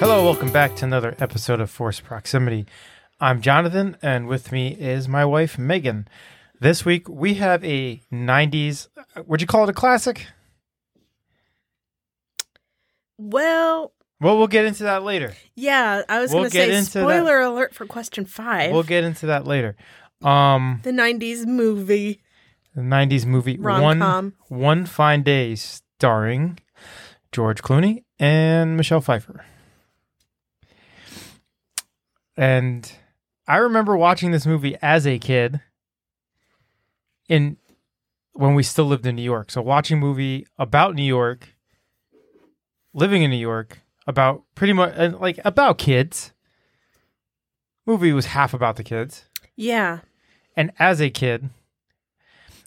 Hello, welcome back to another episode of Force Proximity. I'm Jonathan, and with me is my wife, Megan. This week we have a 90s, would you call it a classic? Well, Well, we'll get into that later. yeah, I was We'll going to get say into that. spoiler alert for question 5. We'll get into that later. Um, the 90s movie. the 90s movie Rom-com. One One Fine Day starring George Clooney and Michelle Pfeiffer. And I remember watching this movie as a kid in when we still lived in New York. So watching a movie about New York, living in New York, about pretty much and like about kids. Movie was half about the kids Yeah. and as a kid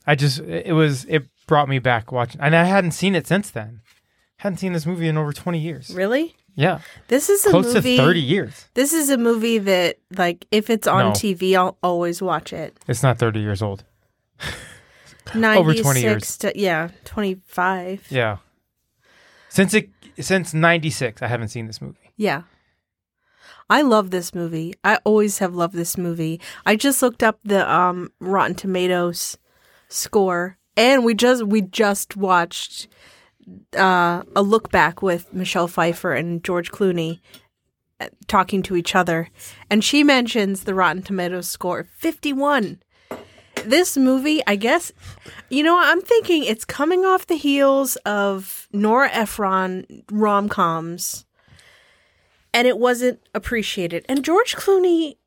i just it was it brought me back watching and i hadn't seen it since then hadn't seen this movie in over 20 years Really? yeah This is a close movie to 30 years This is a movie that like if it's on No. TV, I'll always watch it. it's not 30 years old 96 Over 20 years. to yeah, 25. Yeah. yeah since it since 96 i haven't seen this movie I love this movie. I always have loved this movie. I just looked up the um Rotten Tomatoes score and we just we just watched uh, a look back with Michelle Pfeiffer and George Clooney uh, talking to each other, and she mentions the Rotten Tomatoes score of 51. This movie, I guess, you know, I'm thinking it's coming off the heels of Nora Ephron rom coms, and it wasn't appreciated. And George Clooney,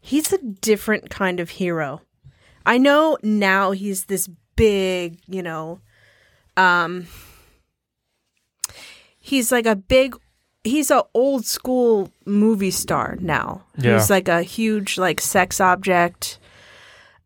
he's a different kind of hero. I know now he's this big, you know, um, he's like a big he's a old school movie star now Yeah. he's like a huge like sex object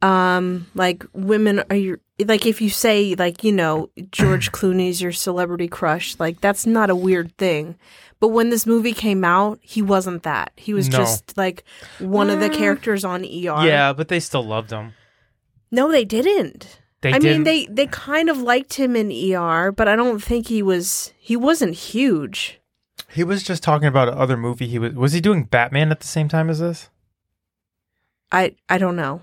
um like women are your like if you say like you know george clooney's your celebrity crush like that's not a weird thing but when this movie came out he wasn't that he was No. just like one of the characters on er yeah but they still loved him no they didn't they I didn't- mean, they they kind of liked him in ER, but I don't think he was he wasn't huge. he was just talking about another movie he was was he doing batman at the same time as this I I don't know.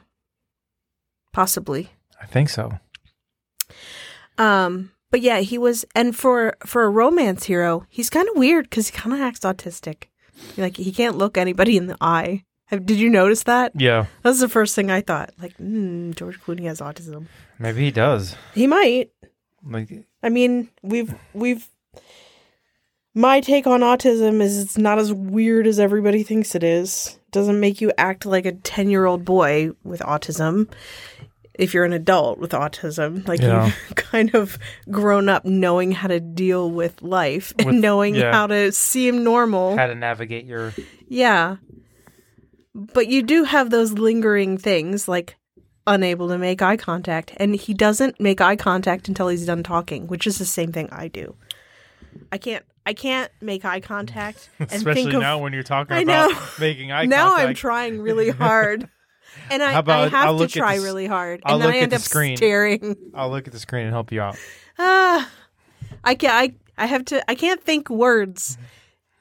Possibly. i think so Um but yeah, he was and for for a romance hero, he's kind of weird cuz he kind of acts autistic. Like he can't look anybody in the eye. Have, did you notice that? yeah That was the first thing I thought. Like, mm, George Clooney has autism. maybe he does He might. like I mean, we've we've my take on autism is it's not as weird as everybody thinks it is. It doesn't make you act like a 10-year-old boy with autism. If you're an adult with autism, like Yeah. you've kind of grown up knowing how to deal with life and With- knowing yeah. how to seem normal. how to navigate your Yeah. But you do have those lingering things like unable to make eye contact. And he doesn't make eye contact until he's done talking, which is the same thing I do. I can't I can't make eye contact and especially think of now when you're talking I about know. making eye now contact I'm trying really hard. And I, How about I have I'll to look at try the s- really hard. I'll and then look I at end the up screen. staring. I'll look at the screen and help you out. Ah, I can I I have to I can't think words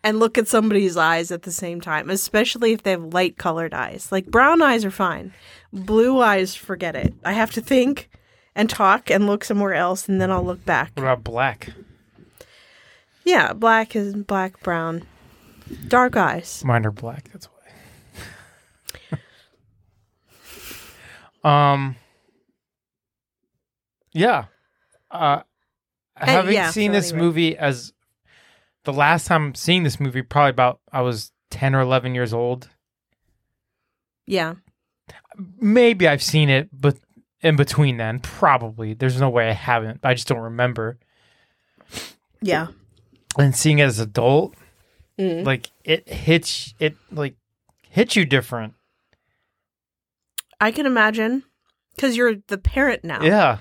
and look at somebody's eyes at the same time, especially if they have light colored eyes. Like brown eyes are fine. Blue eyes, forget it. I have to think and talk and look somewhere else and then I'll look back. What about black? Yeah, black is black, brown. Dark eyes. Mine are black. That's why. um. Yeah. Uh, having yeah, seen so this anyway. movie as the last time seeing this movie, probably about I was ten or eleven years old. Yeah. Maybe I've seen it, but in between then, probably there's no way I haven't. I just don't remember. Yeah. And seeing it as an adult, Mm. like it hits it like hits you different. I can imagine cuz you're the parent now. Yeah,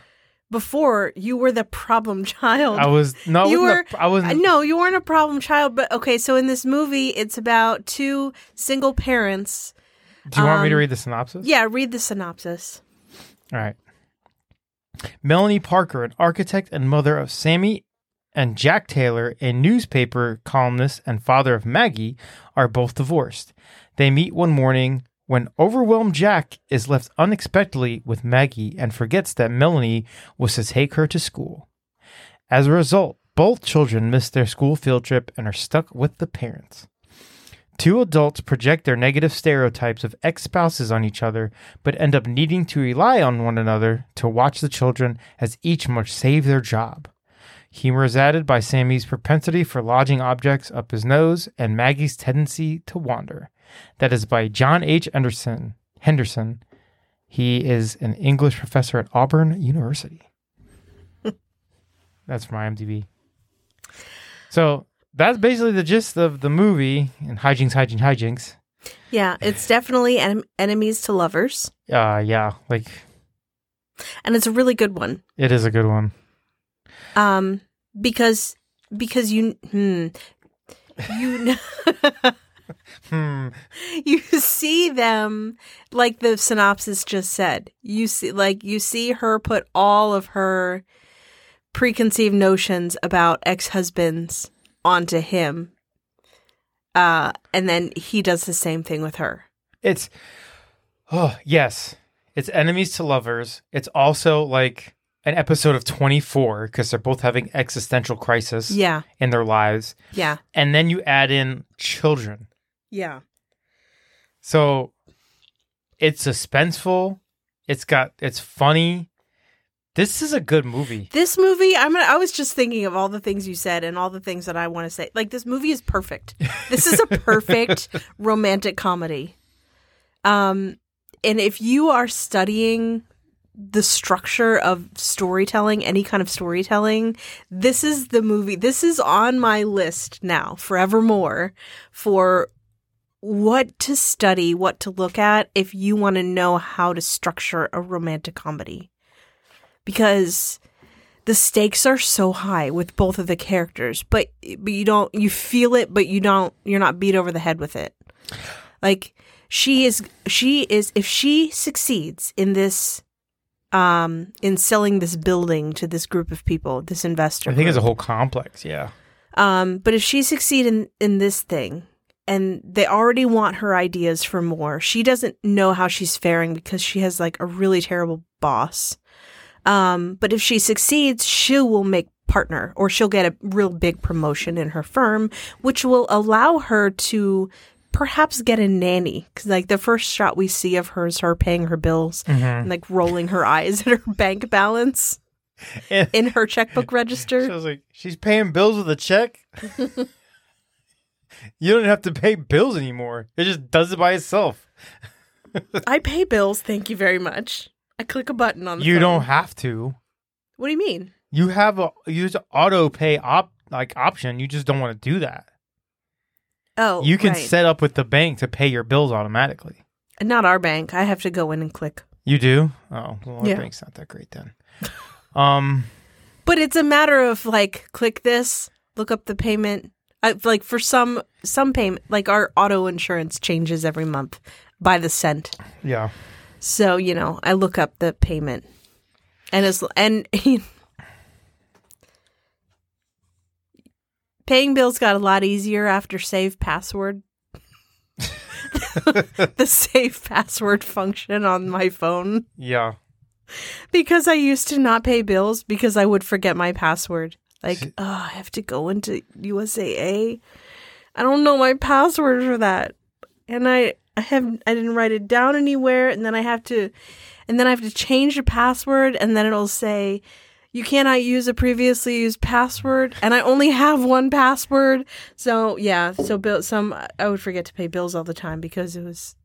Before you were the problem child. I was no, I You wasn't a- I Uh, wasn't. No, you weren't a problem child, but okay, so in this movie, it's about two single parents. Do you want me to Um, read the synopsis? Yeah, read the synopsis. All right. Melanie Parker, an architect and mother of Sammy and Jack Taylor, a newspaper columnist and father of Maggie, are both divorced. They meet one morning when overwhelmed Jack is left unexpectedly with Maggie and forgets that Melanie was to take her to school. As a result, both children miss their school field trip and are stuck with the parents. Two adults project their negative stereotypes of ex spouses on each other, but end up needing to rely on one another to watch the children as each must save their job. Humor is added by Sammy's propensity for lodging objects up his nose and Maggie's tendency to wander. That is by John H. Anderson. Henderson. He is an English professor at Auburn University. that's from IMDb. So that's basically the gist of the movie and hijinks, hijinks, hijinks. Yeah, it's definitely en- enemies to lovers, Uh, yeah, like and it's a really good one. it is a good one. Um, because because you hmm, you kn- Hmm. you see them like the synopsis just said. You see like you see her put all of her preconceived notions about ex-husbands onto him. Uh, and then he does the same thing with her. It's oh yes, it's enemies to lovers. It's also like an episode of Twenty Four because they're both having existential crisis Yeah. in their lives, Yeah. and then you add in children. Yeah. So it's suspenseful. It's got it's funny. This is a good movie. This movie, I'm gonna, I was just thinking of all the things you said and all the things that I want to say. Like this movie is perfect. This is a perfect romantic comedy. Um and if you are studying the structure of storytelling, any kind of storytelling, this is the movie. This is on my list now forevermore for what to study, what to look at if you want to know how to structure a romantic comedy. Because the stakes are so high with both of the characters but but you don't you feel it but you don't you're not beat over the head with it like she is she is if she succeeds in this um in selling this building to this group of people this investor I think it's a group, whole complex. Yeah. um but if she succeed in in this thing and they already want her ideas for more she doesn't know how she's faring because she has like a really terrible boss um, but if she succeeds, she will make partner or she'll get a real big promotion in her firm, which will allow her to perhaps get a nanny. Because, like, the first shot we see of her is her paying her bills and, like, rolling her eyes at her bank balance Yeah. in her checkbook register. So I was like, she's paying bills with a check. you don't have to pay bills anymore. It just does it by itself. I pay bills. Thank you very much. I click a button on the You phone. don't have to. What do you mean? You have a you use auto pay op like option. You just don't want to do that. Oh, you can right. set up with the bank to pay your bills automatically. Not our bank. I have to go in and click. You do? Oh, well, our Yeah. bank's not that great then. um, But it's a matter of like click this, look up the payment. I, like for some some payment, like our auto insurance changes every month by the cent. yeah. So you know, I look up the payment, and as and paying bills got a lot easier after save password. the save password function on my phone Yeah. because I used to not pay bills because I would forget my password. Like, oh, I have to go into USAA. I don't know my password for that. And I I have I didn't write it down anywhere and then I have to and then I have to change the password and then it'll say you cannot use a previously used password and I only have one password. So, yeah, so bill some I would forget to pay bills all the time because it was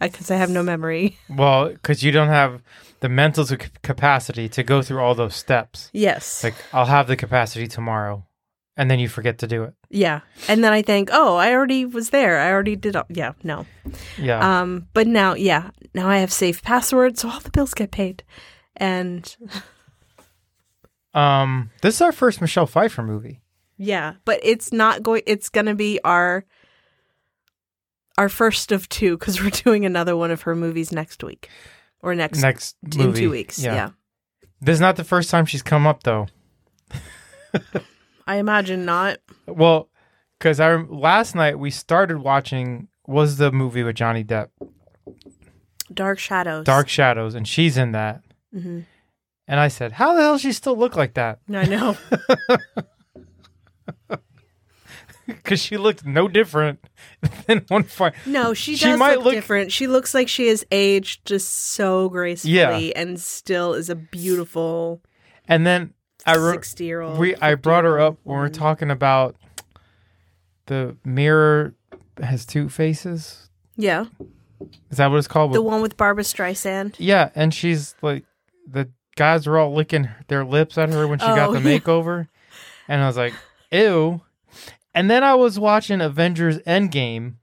because I have no memory. Well, because you don't have the mental c- capacity to go through all those steps. Yes. Like, I'll have the capacity tomorrow, and then you forget to do it. Yeah. And then I think, oh, I already was there. I already did. All- yeah, no. Yeah. Um, but now, yeah, now I have safe passwords, so all the bills get paid. And Um, this is our first Michelle Pfeiffer movie. yeah, but it's not going. It's going to be our our first of two because we're doing another one of her movies next week or next, Next in movie. two weeks. Yeah. This is not the first time she's come up though. I imagine not. Well, because I rem- last night we started watching was the movie with Johnny Depp, Dark Shadows. Dark Shadows, and she's in that. hmm And I said, "How the hell does she still look like that?" I know. Because she looked no different than one fight. No, she does She might look, look- different. She looks like she has aged just so gracefully and still is a beautiful And then I re- 60 year old. we I brought her up when we are talking about the mirror has two faces. Yeah. Is that what it's called? The one with Barbara Streisand. yeah, and she's like the guys were all licking their lips at her when she got Oh, the yeah. makeover, and I was like, ew. And then I was watching Avengers Endgame,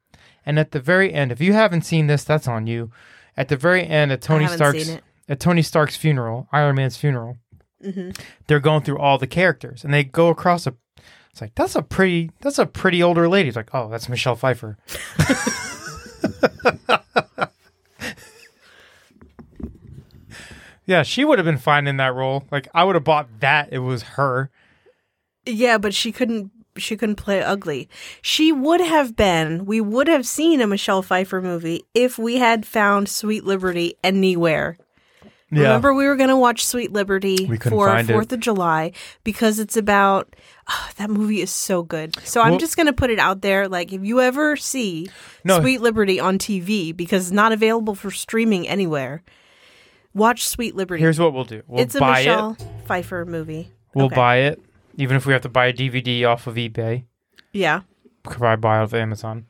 and at the very end, if you haven't seen this, that's on you. At the very end, at Tony haven't Stark's seen it. at Tony Stark's funeral, Iron Man's funeral, hmm they're going through all the characters and they go across a it's like that's a pretty that's a pretty older lady it's like oh that's michelle pfeiffer yeah she would have been fine in that role like i would have bought that it was her Yeah, but she couldn't. She couldn't play ugly. She would have been. We would have seen a Michelle Pfeiffer movie if we had found Sweet Liberty anywhere. Remember, we were going to watch Sweet Liberty We couldn't for find it. Fourth of July because it's about oh, that movie is so good. So I'm Well- just going to put it out there: like, if you ever see No. Sweet Liberty on TV because it's not available for streaming anywhere, watch Sweet Liberty. here's what we'll do we'll it's a buy Michelle it Pfeiffer movie. we'll Okay. buy it even if we have to buy a dvd off of ebay Yeah, could I buy it off of amazon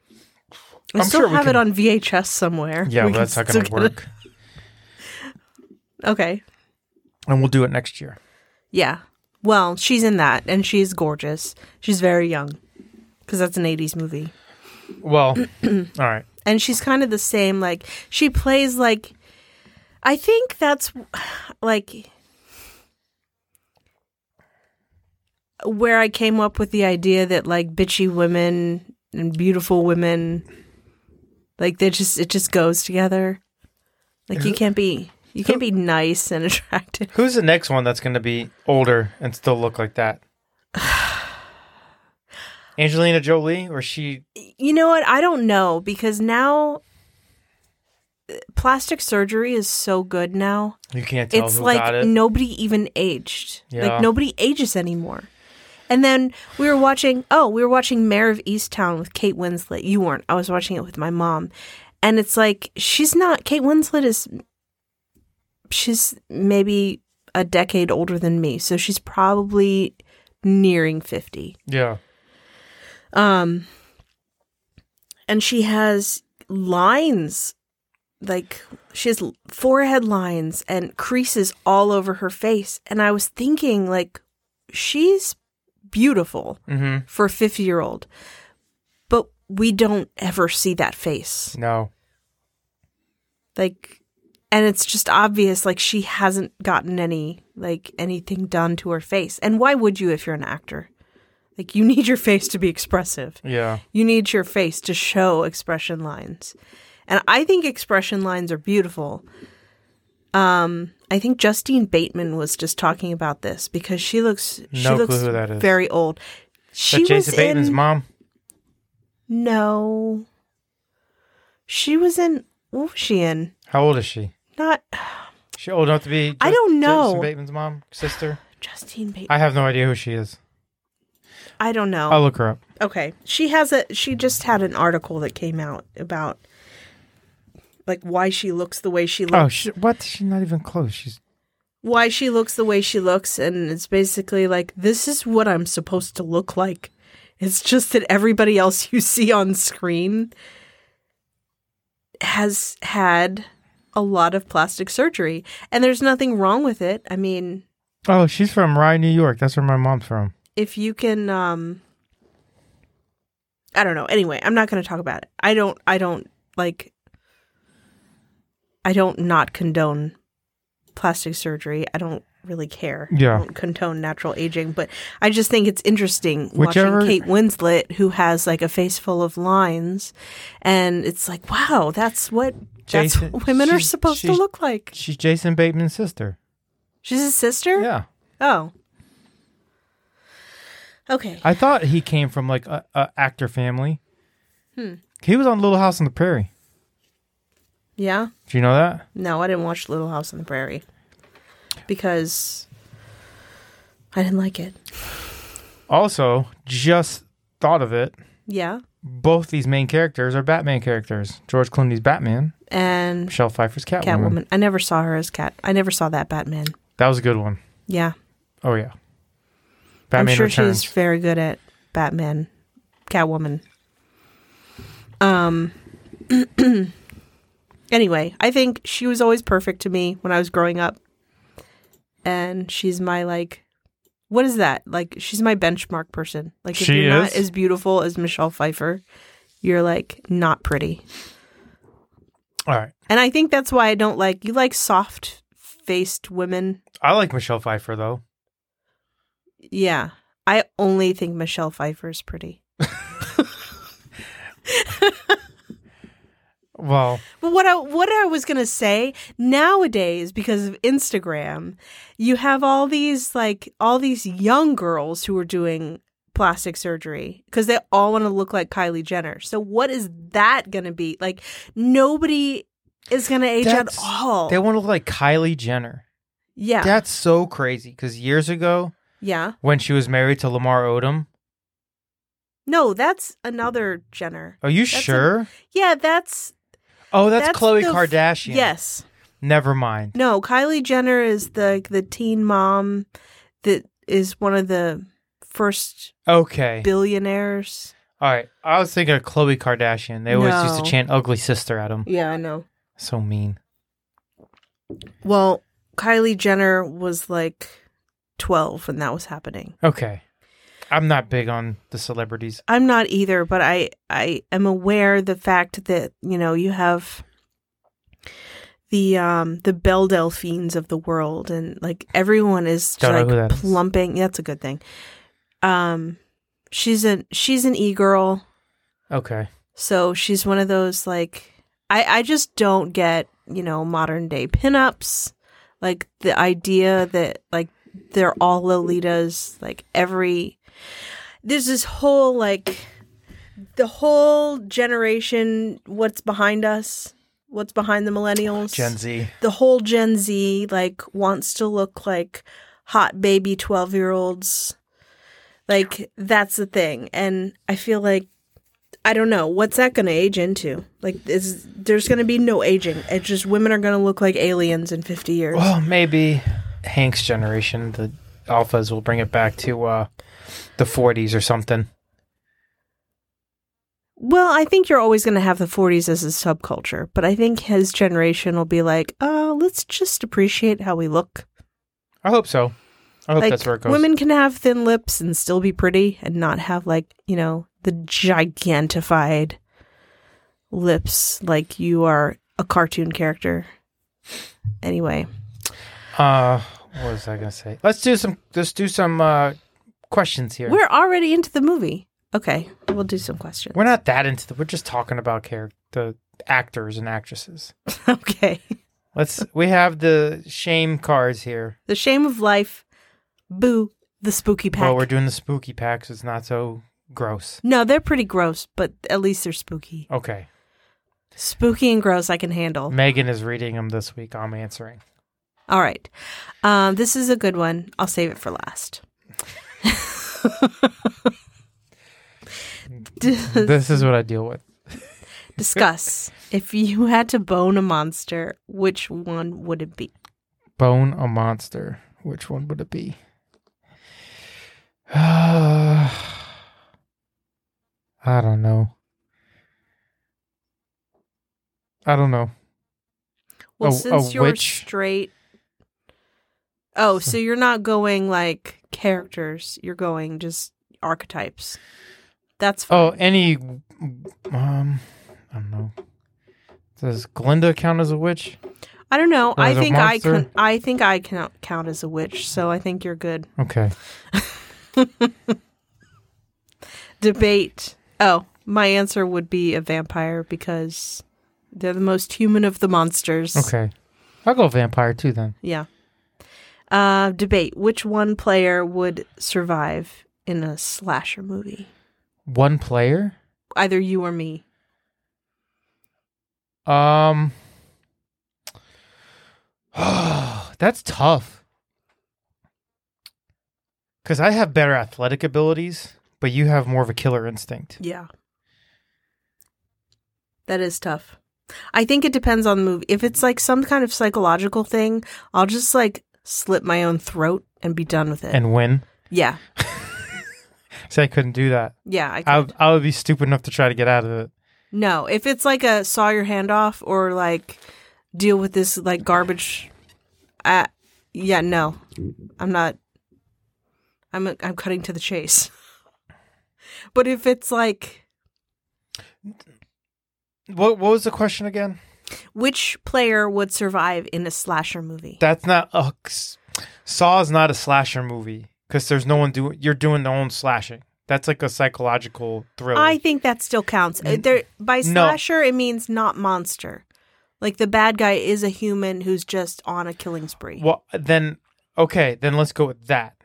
I I'm still sure we have can- it on VHS somewhere. yeah We well, can that's not still gonna get it. work Okay. and we'll do it next year Yeah. Well, she's in that, and she's gorgeous. She's very young, because that's an '80s movie, well all right and she's kind of the same. Like she plays like, I think that's like where I came up with the idea that like bitchy women and beautiful women, like they just it just goes together. Like you can't be you can't be nice and attractive. Who's the next one that's going to be older and still look like that? Angelina Jolie, or she? You know what? I don't know because now uh, plastic surgery is so good now. You can't tell it's who like got it. nobody even aged. Yeah. Like nobody ages anymore. And then we were watching, oh, we were watching Mayor of Easttown with Kate Winslet. You weren't. I was watching it with my mom. And it's like, she's not, Kate Winslet is, she's maybe a decade older than me. So she's probably nearing 50. yeah, Um, and she has lines, like she has forehead lines and creases all over her face. And I was thinking, like, she's beautiful mm-hmm. for a 50 year old, but we don't ever see that face. no, Like, and it's just obvious, like, she hasn't gotten any, like, anything done to her face. And why would you if you're an actor? Like, you need your face to be expressive. yeah, You need your face to show expression lines. And I think expression lines are beautiful. Um, I think Justine Bateman was just talking about this because she looks she No clue looks who that is. very old. She that was Jason Bateman's in mom. no. She was in what was she in? How old is she? Not She old enough to be? I Jus- don't know. Jason Bateman's mom, sister. Justine Bateman. I have no idea who she is. I don't know. I'll look her up. okay she has a she just had an article that came out about like why she looks the way she looks Oh, she, what? She's not even close. She's why she looks the way she looks and it's basically like this is what I'm supposed to look like. It's just that everybody else you see on screen has had a lot of plastic surgery and there's nothing wrong with it. I mean, oh, she's from Rye, New York. That's where my mom's from. if you can um I don't know. Anyway, I'm not going to talk about it. I don't I don't like I don't not condone plastic surgery. I don't really care. Yeah. I don't condone natural aging, but I just think it's interesting Whichever- watching Kate Winslet who has like a face full of lines and it's like, wow, that's what Jason- that's what women are she's- supposed to she's- look like. She's Jason Bateman's sister. She's a sister? Yeah, Oh. Okay. I thought he came from like a, a actor family. Hmm. He was on Little House on the Prairie. Yeah. Do you know that? No, I didn't watch Little House on the Prairie because I didn't like it. Also, just thought of it. Yeah. Both these main characters are Batman characters. George Clooney's Batman, And Michelle Pfeiffer's Catwoman. Catwoman. I never saw her as Cat. I never saw that Batman. That was a good one. Yeah. Oh yeah. I'm Batman sure Returns. she's very good at Batman, Catwoman. Um. anyway, I think she was always perfect to me when I was growing up, and she's my like, what is that? Like, she's my benchmark person. Like, if She you're not is? as beautiful as Michelle Pfeiffer, you're like not pretty. All right. And I think that's why I don't like you. Like soft faced women. I like Michelle Pfeiffer though. Yeah, I only think Michelle Pfeiffer's pretty. Well, But what I what I was gonna say nowadays, because of Instagram, you have all these like all these young girls who are doing plastic surgery because they all want to look like Kylie Jenner. So what is that gonna be like? Nobody is gonna age That's- at all. they want to look like Kylie Jenner. yeah, That's so crazy because years ago yeah. when she was married to Lamar Odom. No, that's another Jenner. Are you That's a- sure? Yeah, that's oh, that's, that's Khloe the f- Kardashian. yes. Never mind. No, Kylie Jenner is the the teen mom that is one of the first Okay. billionaires. All right. I was thinking of Khloe Kardashian. They always used to No. chant ugly sister at him. Yeah, I know. So mean. Well, Kylie Jenner was like 12 when that was happening. Okay. I'm not big on the celebrities. I'm not either, but I I am aware of the fact that, you know, you have the um the Belle Delphines of the world and like everyone is Don't know who like that is. plumping. That's a good thing. Um she's an she's an e-girl. Okay. So she's one of those like I I just don't get, you know, modern day pinups. Like the idea that like they're all Lolitas, like every there's this whole like the whole generation what's behind us, what's behind the millennials. Gen Z. The whole Gen Z like wants to look like hot baby 12-year-olds. Like that's the thing. And I feel like I don't know what's that going to age into. Like, is there's going to be no aging? It's just women are going to look like aliens in fifty years. Well, maybe Hank's generation, the alphas, will bring it back to uh, the 40s or something. Well, I think you're always going to have the forties as a subculture, but I think his generation will be like, oh, let's just appreciate how we look. I hope so. I hope like, that's where it goes. women can have thin lips and still be pretty, and not have like you know the gigantified lips like you are a cartoon character. Anyway, Uh, what was I gonna say? Let's do some. Let's do some uh, questions here. we're already into the movie. Okay, we'll do some questions. We're not that into the. We're just talking about character, the actors and actresses. Okay. Let's. we have the shame cards here. The Shame of Life, Boo, The Spooky Pack. Well, we're doing the spooky packs. It's not so gross. no, they're pretty gross, but at least they're spooky. Okay, Spooky and gross I can handle. Megan is reading them this week. I'm answering. All right. Um, this is a good one. I'll save it for last. D- this is what I deal with. discuss. If you had to bone a monster, which one would it be? Bone a monster. Which one would it be? I don't know. I don't know. Well, Oh, A- a since you're witch. straight. Oh, so you're not going like characters, you're going just archetypes. That's fine. Oh, any um, I don't know. Does Glinda count as a witch? I don't know. Or I Oh, as a think I can. monster? I think I can count as a witch, so I think you're good. Okay. Debate. Oh, my answer would be a vampire because they're the most human of the monsters. Okay. I'll go vampire too then. Yeah. Uh, debate. Which one player would survive in a slasher movie? One player? Either you or me. Um That's tough. Cuz I have better athletic abilities, but you have more of a killer instinct. Yeah. That is tough. I think it depends on the movie. If it's like some kind of psychological thing, I'll just like slit my own throat and be done with it. And win. yeah. So I couldn't do that. Yeah. I I could. would- I would be stupid enough to try to get out of it. no. If it's like a saw your hand off or like deal with this like garbage, uh, yeah, no. I'm not. I'm, I'm cutting to the chase. But if it's like, What what was the question again? which player would survive in a slasher movie? That's not a Saw is not a slasher movie because there's no one doing. You're doing the own slashing. That's like a psychological thriller. I think that still counts. Uh, There, by slasher, it means not monster. Like the bad guy is a human who's just on a killing spree. well, then okay, then let's go with that.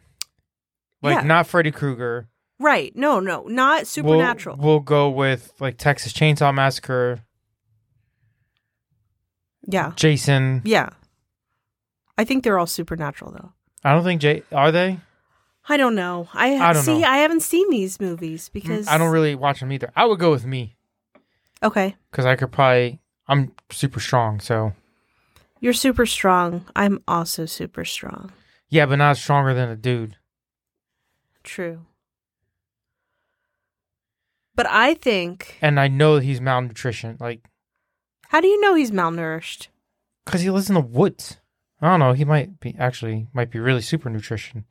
Like Yeah. not Freddy Krueger. right? No, no, not We'll- supernatural. We'll, go with like Texas Chainsaw Massacre, yeah, Jason. yeah. I think they're all supernatural though. I don't think Jay are they. I don't know. I, ha- I don't see. know. Mm, I haven't seen these movies because I don't really watch them either. I would go with me Okay, because I could probably. I'm super strong, so you're super strong. I'm also super strong. yeah, but not stronger than a dude. True. But I think. And I know that he's malnutrition. Like How do you know he's malnourished? Because he lives in the woods. I don't know. He might be actually might be really super nutrition.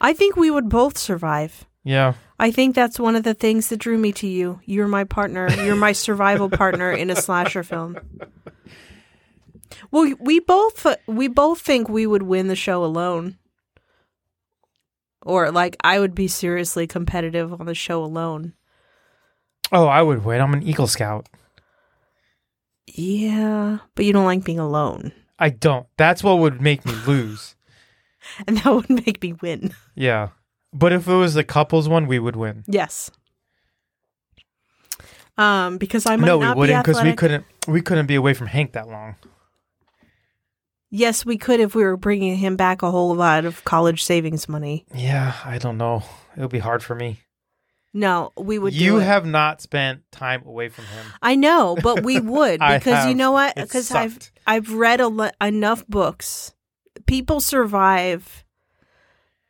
I think we would both survive. Yeah. I think that's one of the things that drew me to you. You're my partner. You're my survival partner in a slasher film. Well, we both we both think we would win the show alone. Or like I would be seriously competitive on the show alone. Oh, I would win. I'm an Eagle Scout. Yeah, but you don't like being alone. I don't. That's what would make me lose. And that would make me win. yeah. But if it was the couples one, we would win. Yes. Um because I might no, we not wouldn't because because we couldn't we couldn't be away from Hank that long. Yes, we could if we were bringing him back a whole lot of college savings money. Yeah, I don't know. It would be hard for me. No, we would. you do it. have not spent time away from him. I know, but we would I because you have. know what? It Because I've sucked. I've read a lo- enough books. People survive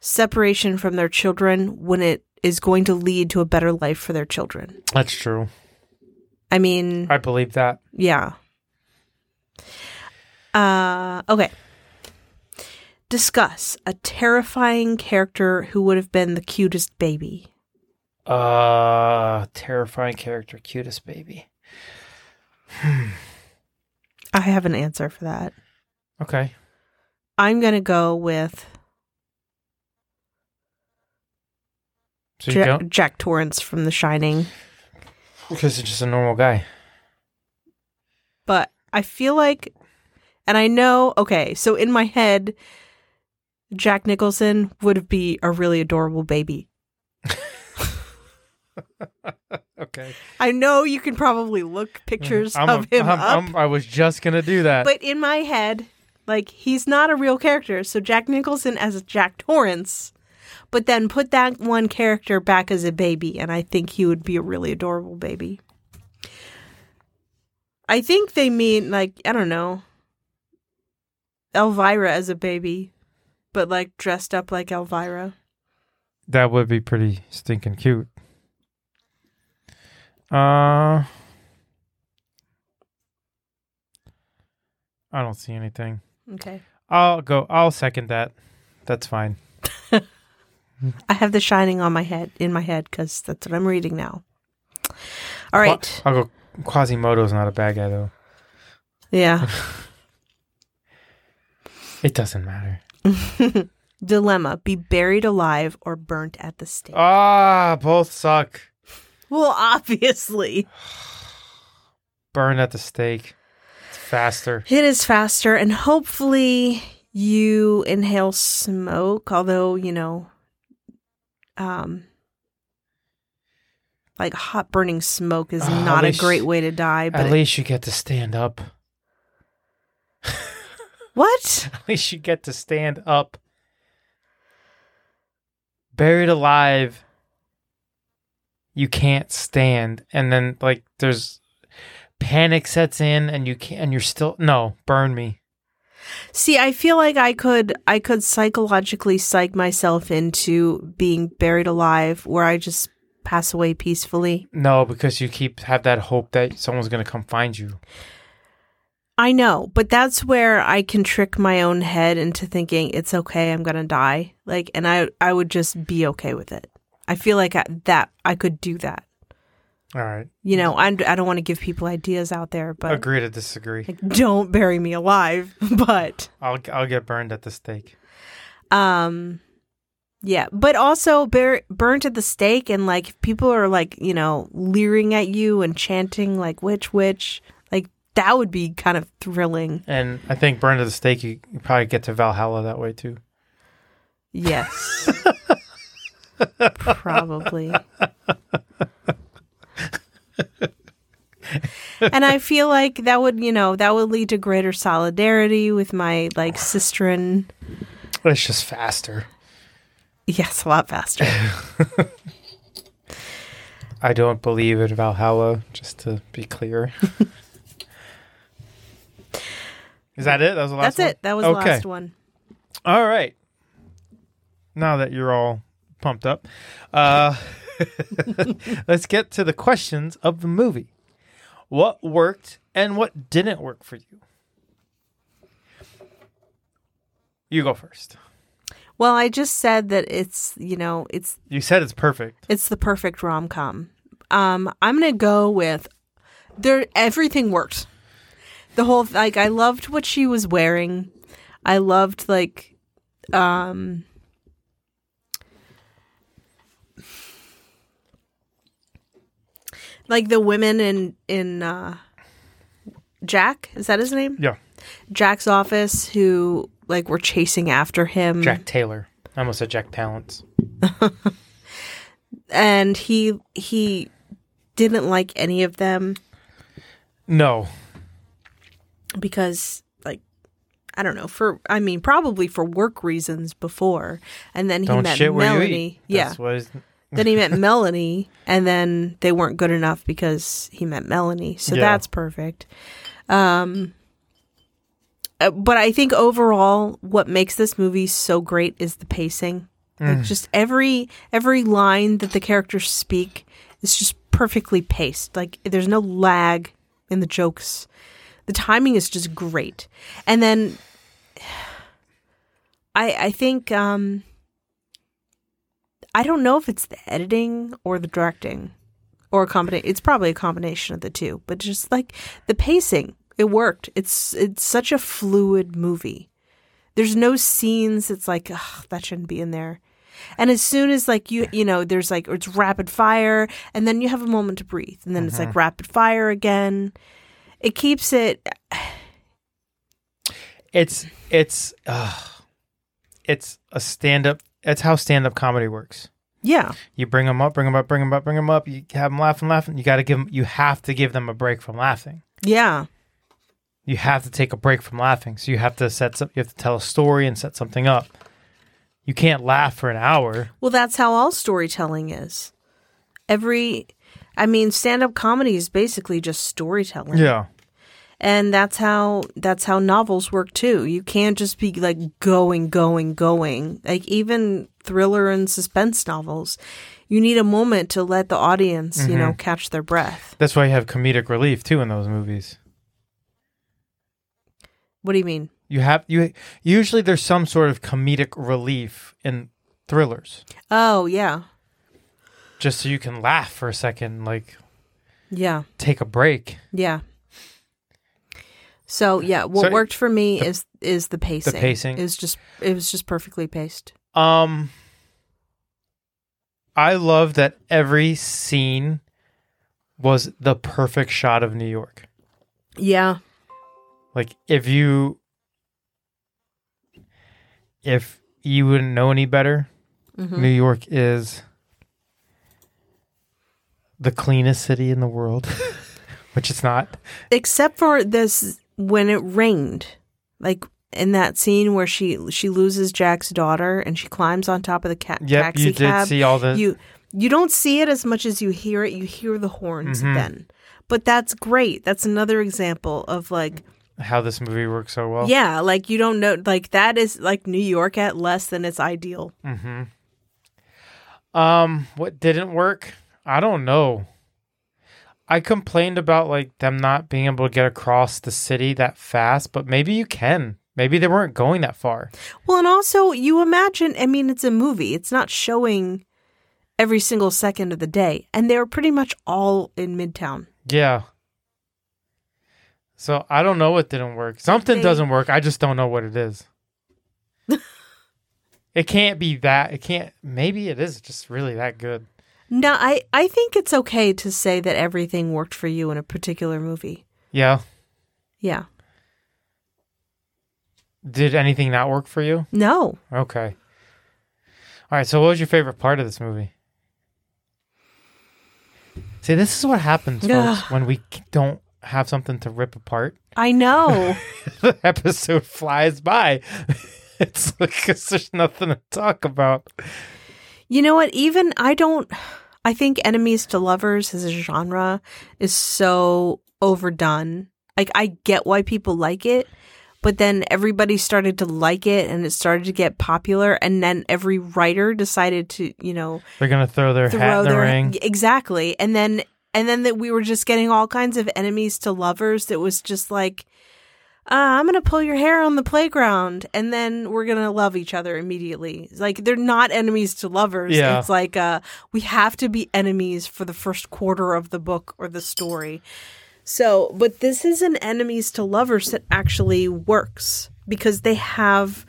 separation from their children when it is going to lead to a better life for their children. That's true. I mean, I believe that. yeah. Uh, okay. Discuss a terrifying character who would have been the cutest baby. Uh terrifying character, cutest baby. I have an answer for that. Okay. I'm going to go with So you Ja- don't Jack Torrance from The Shining, because it's just a normal guy. but I feel like, and I know, okay, so in my head, Jack Nicholson would be a really adorable baby. Okay. I know you can probably look pictures of him Mm-hmm. I'm- up, I'm- i was just gonna do that. but in my head, like he's not a real character. So Jack Nicholson as Jack Torrance, but then put that one character back as a baby, and I think he would be a really adorable baby. I think they mean like I don't know, Elvira as a baby, but like dressed up like Elvira. that would be pretty stinking cute. Uh, I don't see anything. Okay, I'll go. I'll second that. That's fine. I have The Shining on my head in my head because that's what I'm reading now. All Qua- right, I'll go. Quasimodo's not a bad guy though. yeah. It doesn't matter. Dilemma: be buried alive or burnt at the stake. Ah, both suck. Well, obviously. Burn at the stake. It's faster. It is faster, and hopefully you inhale smoke, although, you know, um, Like hot burning smoke is Ah, not they a sh- great way to die. But At least you get to stand up. what? At least you get to stand up. Buried alive, you can't stand, and then like there's panic sets in, and you can't, and you're still no burn me. See, I feel like I could I could psychologically psych myself into being buried alive, where I just pass away peacefully. No, because you keep have that hope that someone's gonna come find you. I know, but that's where I can trick my own head into thinking it's okay, I'm gonna die. Like, and I I would just be okay with it. I feel like I, that I could do that. All right, You know, I'm, I don't want to give people ideas out there, but agree to disagree. like, don't bury me alive. But I'll I'll get burned at the stake. um, yeah, but also bur- burnt at the stake, and like if people are like you know leering at you and chanting like witch witch, like that would be kind of thrilling. And I think burned at the stake, you, you probably get to Valhalla that way too. Yes. Probably. and I feel like that would, you know, that would lead to greater solidarity with my like sister and But it's just faster. yes, a lot faster. I don't believe in Valhalla, just to be clear. Is that it? That was the last That's it. That was the Okay. last one. one? All right. Now that you're all pumped up, uh, let's get to the questions of the movie. What worked and what didn't work for you? You go first. Well, I just said that it's, you know, it's You said it's perfect. it's the perfect rom-com. Um, I'm going to go with there everything worked. The whole like I loved what she was wearing. I loved like um like the women in in uh Jack, is that his name? Yeah. Jack's office who like were chasing after him. Jack Taylor. I almost said Jack Palance. And he he didn't like any of them. No. because like I don't know for I mean probably for work reasons before, and then he Don't met shit where Melanie. you eat. Yeah, That's what is- then he met Melanie, and then they weren't good enough because he met Melanie. So Yeah. that's perfect. Um, uh, but I think overall, what makes this movie so great is the pacing. Like just every every line that the characters speak is just perfectly paced. Like there's no lag in the jokes. The timing is just great, and then I I think um, I don't know if it's the editing or the directing or a combination. It's probably a combination of the two, but just like the pacing, it worked. It's it's such a fluid movie. There's no scenes it's like Ugh, that shouldn't be in there. And as soon as like you you know there's like it's rapid fire and then you have a moment to breathe and then it's like rapid fire again. It keeps it it's it's uh, it's a stand up. That's how stand up comedy works. yeah. You bring them up, bring them up, bring them up, bring them up. You have them laughing, laughing. You got to give them. You have to give them a break from laughing. Yeah. You have to take a break from laughing. So you have to set some. You have to tell a story and set something up. You can't laugh for an hour. Well, that's how all storytelling is. Every I mean, stand-up comedy is basically just storytelling. Yeah, and that's how that's how novels work too you can't just be like going going going like even thriller and suspense novels you need a moment to let the audience you Mm-hmm. know catch their breath that's why you have comedic relief too in those movies. what do you mean You have you usually there's some sort of comedic relief in thrillers, oh yeah just so you can laugh for a second, like yeah take a break. yeah so yeah what So- worked for me is is the pacing pacing. is just it was just perfectly paced Um, I love that every scene was the perfect shot of New York. yeah Like, if you if you Mm-hmm. wouldn't know any better, New York is the cleanest city in the world, which it's not. except for this when it rained like in that scene where she she loses Jack's daughter and she climbs on top of the ca- Yep, taxi you did cab see all the. you you don't see it as much as you hear it you hear the horns Mhm. then but that's great that's another example of like how this movie works so well. yeah like you don't know like that is like New York at less than its ideal Mm-hmm. Um, what didn't work? I don't know. I complained about like them not being able to get across the city that fast, but maybe you can. Maybe they weren't going that far. well and also you imagine I mean it's a movie it's not showing every single second of the day and they were pretty much all in Midtown Yeah. So I don't know what didn't work. Something They- doesn't work. I just don't know what it is. it can't be that. It can't. Maybe it is just really that good. No, I, I think it's okay to say that everything worked for you in a particular movie. Yeah. Yeah. Did anything not work for you? No. Okay. All right. So, what was your favorite part of this movie? See, this is what happens Ugh. folks, when we c- don't have something to rip apart. I know. the episode flies by. it's because there's nothing to talk about. you know what? Even I don't. I think Enemies to Lovers as a genre is so overdone. Like, I get why people like it, but then everybody started to like it and it started to get popular. And then every writer decided to, you know, They're gonna throw their hat throw in the their ring. exactly and then and then that we were just getting all kinds of enemies to lovers that was just like uh, i'm gonna pull your hair on the playground and then we're gonna love each other immediately It's like they're not enemies to lovers Yeah. it's like uh, we have to be enemies for the first quarter of the book or the story so but this is an enemies to lovers that actually works because they have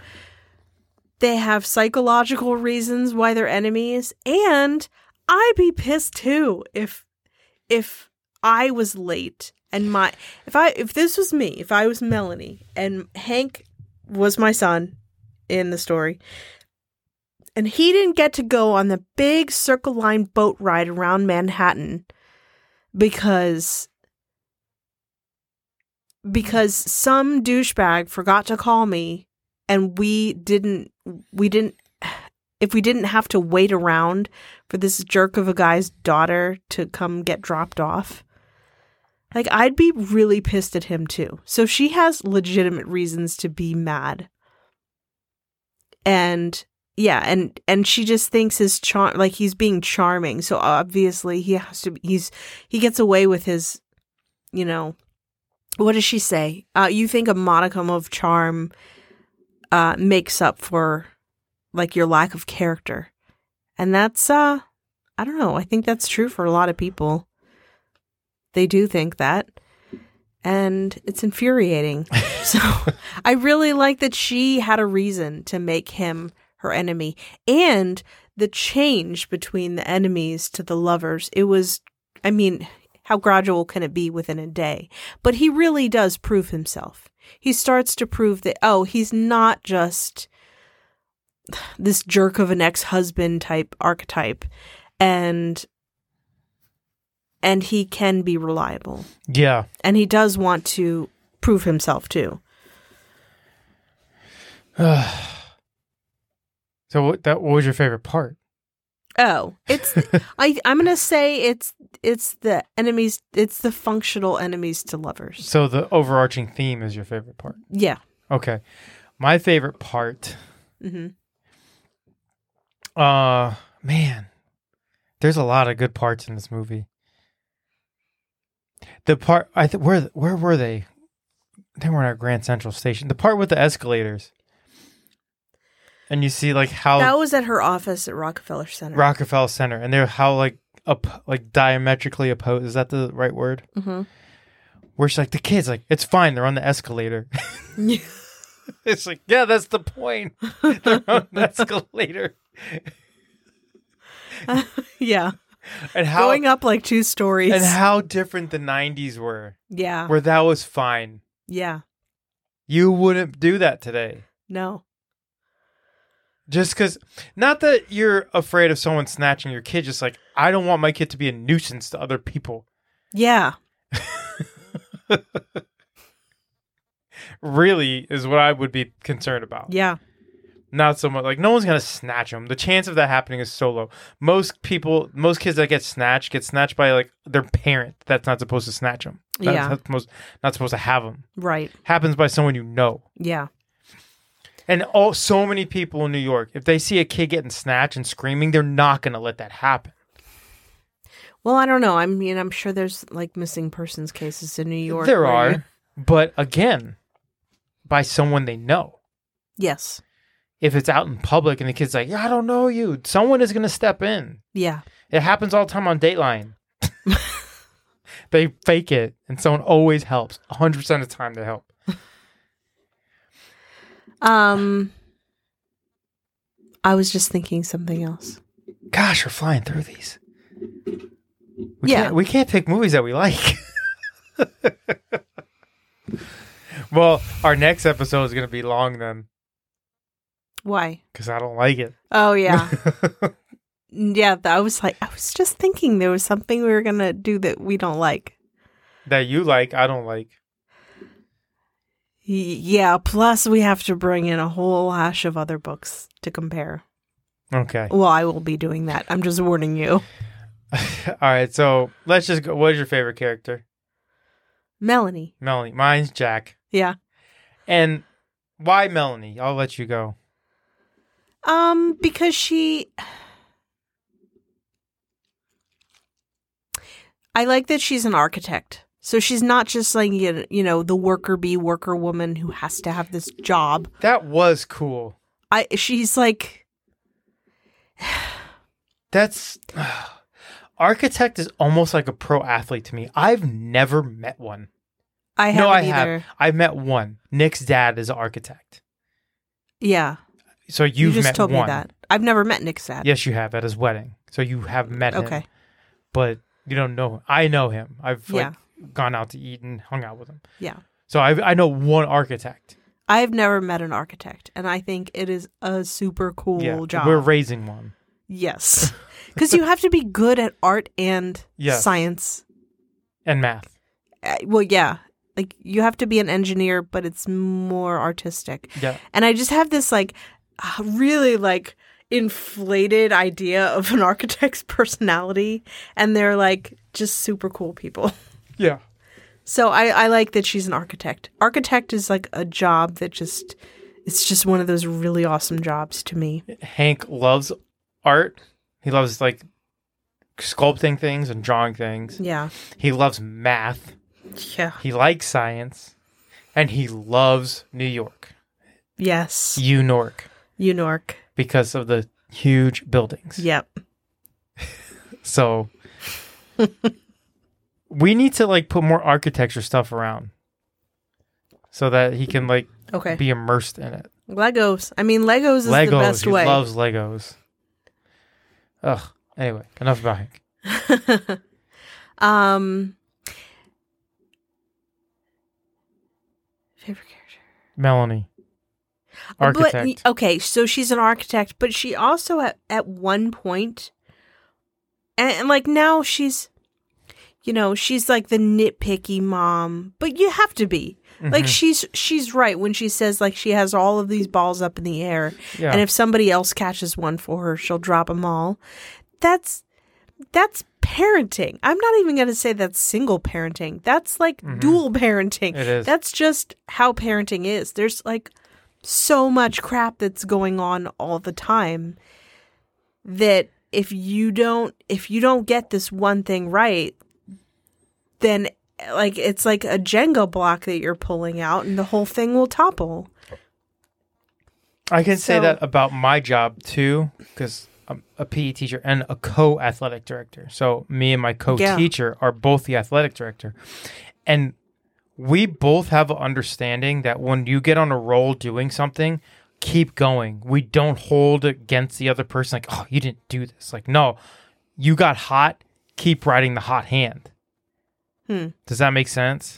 they have psychological reasons why they're enemies and i'd be pissed too if if i was late and my if i if this was me if i was melanie and hank was my son in the story and he didn't get to go on the big circle line boat ride around manhattan because because some douchebag forgot to call me and we didn't we didn't if we didn't have to wait around for this jerk of a guy's daughter to come get dropped off like i'd be really pissed at him too so she has legitimate reasons to be mad and yeah and and she just thinks his charm like he's being charming so obviously he has to he's he gets away with his you know what does she say uh, you think a modicum of charm uh, makes up for like your lack of character. And that's uh I don't know, I think that's true for a lot of people. They do think that. And it's infuriating. so I really like that she had a reason to make him her enemy and the change between the enemies to the lovers. It was I mean, how gradual can it be within a day? But he really does prove himself he starts to prove that oh he's not just this jerk of an ex-husband type archetype and and he can be reliable Yeah. and he does want to prove himself too So what? That what was your favorite part? oh it's i i'm gonna say it's it's the enemies it's the functional enemies to lovers So the overarching theme is your favorite part. yeah Okay. My favorite part. hmm Uh man. There's a lot of good parts in this movie. The part I th- where where were they? They weren't at Grand Central Station. The part with the escalators. And you see like how that was at her office at rockefeller center Rockefeller Center and they're how like up like diametrically opposed. Is that the right word? hmm Where she's like the kids like it's fine, they're on the escalator. it's like, yeah, that's the point. they're on the escalator. yeah And how going up like two stories and how different the 90s were yeah where that was fine yeah you wouldn't do that today No. Just because, not that you're afraid of someone snatching your kid, just like, I don't want my kid to be a nuisance to other people. Yeah. Really, is what I would be concerned about. Yeah. Not so much like no one's gonna snatch them. The chance of that happening is so low. Most people, most kids that get snatched get snatched by like their parent that's not supposed to snatch them. That's Yeah. not supposed, not supposed to have them. Right. Happens by someone you know. Yeah. And all so many people in New York, if they see a kid getting snatched and screaming, they're not going to let that happen. Well, I don't know. I mean, I'm sure there's like missing persons cases in New York. there where are, you- but again, by someone they know. Yes. If it's out in public and the kid's like, "Yeah, I don't know you, someone is going to step in. Yeah. It happens all the time on Dateline. they fake it, and someone always helps. 100% of the time, they help. Um I was just thinking something else. Gosh, we're flying through these. We Yeah. Can't, we can't pick movies that we like. well, our next episode is going to be long then Why? because I don't like it. Oh yeah. yeah, th- I was like I was just thinking there was something we were going to do that we don't like. that you like, I don't like. Y- Yeah, plus we have to bring in a whole hash of other books to compare. Okay. Well, I will be doing that. I'm just warning you. All right. So let's just go. What is your favorite character? Melanie. Melanie. Mine's Jack. Yeah. And why Melanie? I'll let you go. Um, because she. I like that she's an architect. So she's not just like, you you know, the worker bee, worker woman who has to have this job. That was cool. I She's like, That's. Architect is almost like a pro athlete to me. I've never met one. I haven't no, I either. have. I've met one. Nick's dad is an architect. Yeah. So you've you just met told one. me that. I've never met Nick's dad. Yes, you have at his wedding. So you have met him. Okay. But you don't know him. I know him. I've Yeah. like gone out to eat and hung out with him. Yeah. So I I know one architect. I've never met an architect. And I think it is a super cool yeah. job. We're raising one. yes. Because you have to be good at art and Yes. science. And math. uh, well yeah like you have to be an engineer but it's more artistic Yeah. and i just have this like uh, really like inflated idea of an architect's personality and they're like just super cool people Yeah. so i i like that she's an architect architect is like a job that just it's just one of those really awesome jobs to me Hank loves art. He loves like sculpting things and drawing things. yeah He loves math. yeah He likes science. And he loves New York. yes U Nork. you nork because of the huge buildings. yep So we need to like put more architecture stuff around so that he can like okay be immersed in it. legos i mean legos is Legos. the best he way loves Legos. Ugh. Anyway, enough about Hank. um favorite character Melanie. Architect. but, okay so she's an architect but she also at, at one point and, and like now she's you know she's like the nitpicky mom but you have to be like Mhm. she's she's right when she says like she has all of these balls up in the air yeah. and if somebody else catches one for her, she'll drop them all. That's that's parenting. I'm not even going to say that's single parenting. That's like Mhm. dual parenting. It is. That's just how parenting is. There's like so much crap that's going on all the time that if you don't if you don't get this one thing right, then like it's like a Jenga block that you're pulling out and the whole thing will topple. I can say So- that about my job too, because I'm a PE teacher and a co athletic director. So, me and my co teacher are both the athletic director. And we both have an understanding that when you get on a roll doing something, keep going. We don't hold against the other person, like, oh, you didn't do this. Like, no, you got hot, keep riding the hot hand. Hmm. Does that make sense?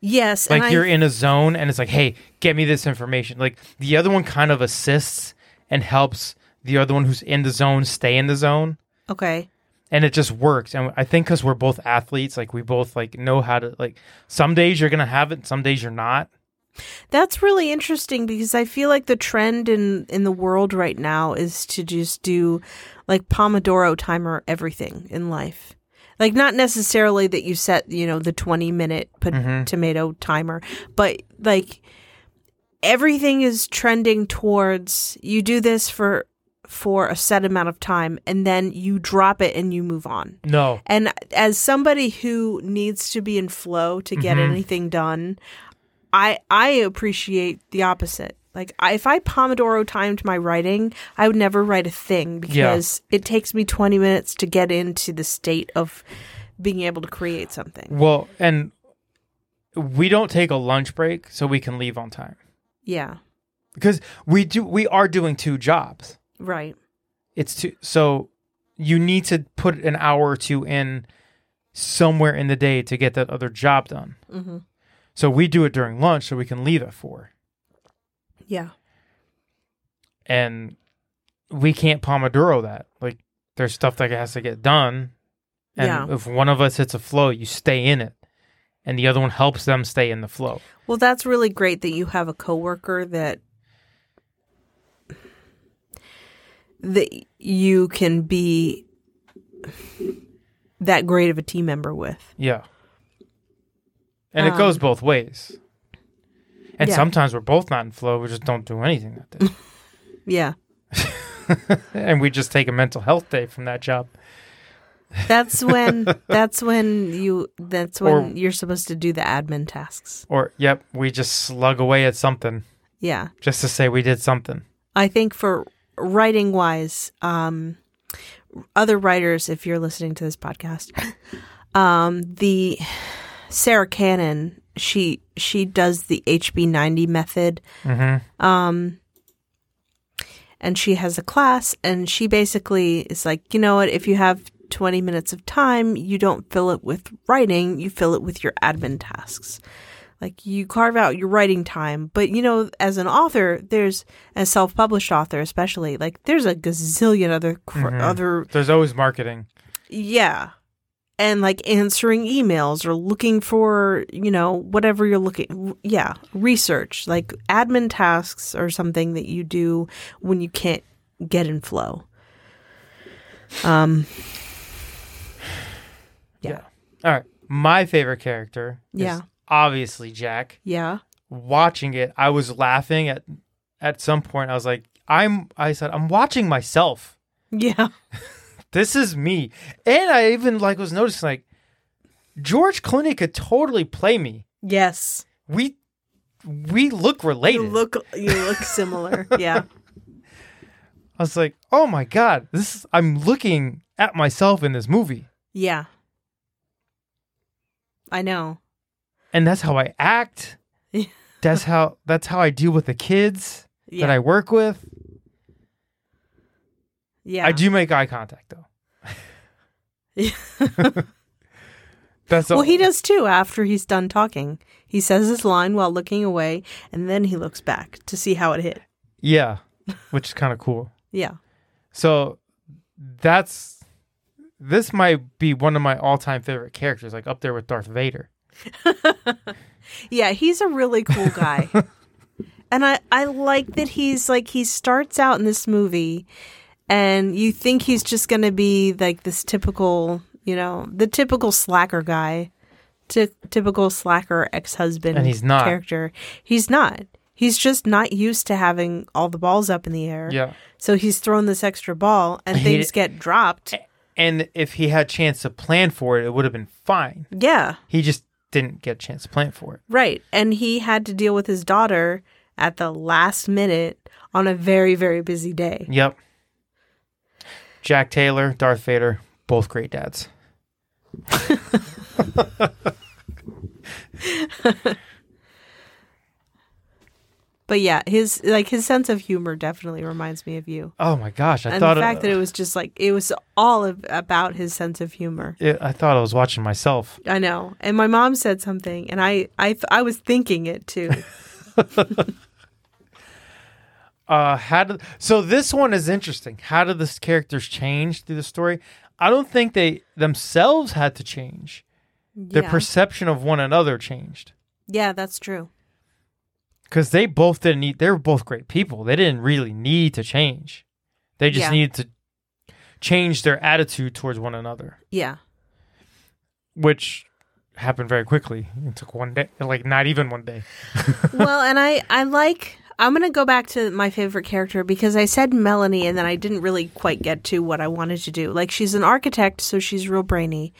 Yes, like and I you're in a zone and it's like hey get me this information like the other one kind of assists and helps the other one who's in the zone stay in the zone Okay. and it just works and i think because we're both athletes like we both like know how to like some days you're gonna have it and some days you're not That's really interesting because I feel like the trend in in the world right now is to just do like Pomodoro timer everything in life. Like not necessarily that you set, you know, the 20 minute pot- tomato timer, but like everything is trending towards you do this for for a set amount of time and then you drop it and you move on. no And as somebody who needs to be in flow to get Mhm. anything done, I I appreciate the opposite. Like I, if I Pomodoro timed my writing, I would never write a thing because it takes me 20 minutes to get into the state of being able to create something. well and we don't take a lunch break so we can leave on time Yeah. because we do we are doing two jobs Right. it's two so you need to put an hour or two in somewhere in the day to get that other job done hmm so we do it during lunch so we can leave at four Yeah. and we can't pomodoro that like there's stuff that has to get done and Yeah. if one of us hits a flow you stay in it and the other one helps them stay in the flow Well, that's really great that you have a coworker that that you can be that great of a team member with. yeah and it Um, goes both ways and yeah. sometimes we're both not in flow we just don't do anything that day Yeah. and we just take a mental health day from that job That's when that's when you that's when Or- you're supposed to do the admin tasks. or yep we just slug away at something Yeah. just to say we did something I think for writing wise, um, other writers, if you're listening to this podcast, um, the Sarah Cannon, she she does the HB90 method, hmm Um, and she has a class, and she basically is like, you know what, if you have 20 minutes of time, you don't fill it with writing, you fill it with your admin tasks. Like you carve out your writing time, but you know, as an author, there's a self-published author, especially like there's a gazillion other cr- Mhm. other there's always marketing Yeah. And like answering emails or looking for, you know, whatever you're looking yeah, research, like admin tasks or something that you do when you can't get in flow. Um Yeah. all right my favorite character Yeah. is obviously jack yeah. watching it, I was laughing at at some point. I was like, I'm I said, I'm watching myself. Yeah. This is me. And I even like was noticing like George Clooney could totally play me. Yes. We we look You related. look you look similar. Yeah. I was like, oh my god, this is, I'm looking at myself in this movie. Yeah. I know. And that's how I act. Yeah. that's how that's how I deal with the kids Yeah. that I work with. yeah. I do make eye contact though. Yeah. That's well, all. he does too after he's done talking. He says his line while looking away and then he looks back to see how it hit. Yeah, which is kind of cool. Yeah. So that's this might be one of my all-time favorite characters, like up there with Darth Vader. Yeah, he's a really cool guy. and I, I like that he's like he starts out in this movie and you think he's just gonna be like this typical you know, the typical slacker guy. Ty- typical slacker ex husband And he's not. character. He's not. He's just not used to having all the balls up in the air. Yeah, So he's thrown this extra ball and He- Eh. things get dropped. and if he had chance to plan for it, it would have been fine. Yeah. He just didn't get a chance to plan for it. Right. And he had to deal with his daughter at the last minute on a very, very busy day. Yep. Jack Taylor, Darth Vader, both great dads. But yeah, his like his sense of humor definitely reminds me of you. Oh my gosh, I And thought the fact it, that it was just like it was all of, about his sense of humor. it- I thought I was watching myself. I know. And my mom said something and I I th- I was thinking it too. Uh, how did so this one is interesting. How did the characters change through the story? I don't think they themselves had to change. Their yeah. perception of one another changed yeah, that's true. because they both didn't need. They were both great people. They didn't really need to change. They just Yeah. needed to change their attitude towards one another, Yeah. which happened very quickly. It took one day, like not even one day. well, and I I like I'm going to go back to my favorite character because I said Melanie and then I didn't really quite get to what I wanted to do. Like she's an architect, so she's real brainy.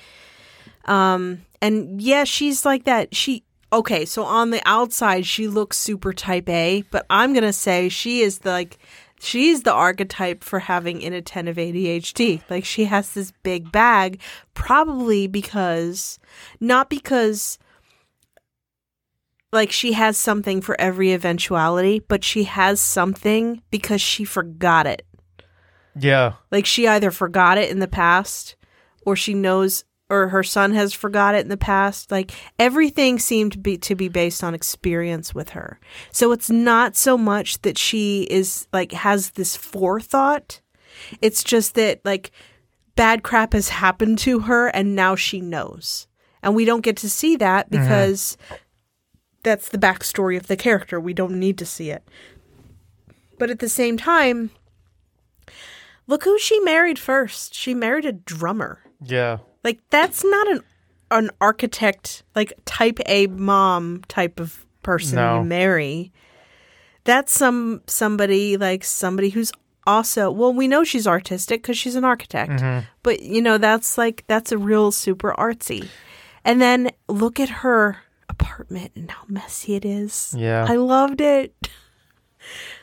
Um and yeah, she's like that. She Okay, so on the outside she looks super type A, but I'm going to say she is the, like she's the archetype for having inattentive ADHD. Like she has this big bag probably because not because like she has something for every eventuality, but she has something because she forgot it. Yeah, Like she either forgot it in the past or she knows or her son has forgot it in the past. Like everything seemed to be to be based on experience with her. So it's not so much that she is like has this forethought. It's just that like bad crap has happened to her and now she knows. And we don't get to see that because that's the backstory of the character. We don't need to see it. But at the same time, look who she married first. She married a drummer. yeah. Like that's not an an architect, like type A mom type of person No. you marry. That's some somebody like somebody who's also well, we know she's artistic because she's an architect, but you know that's like that's a real super artsy. And then look at her apartment and how messy it is. Yeah. I loved it.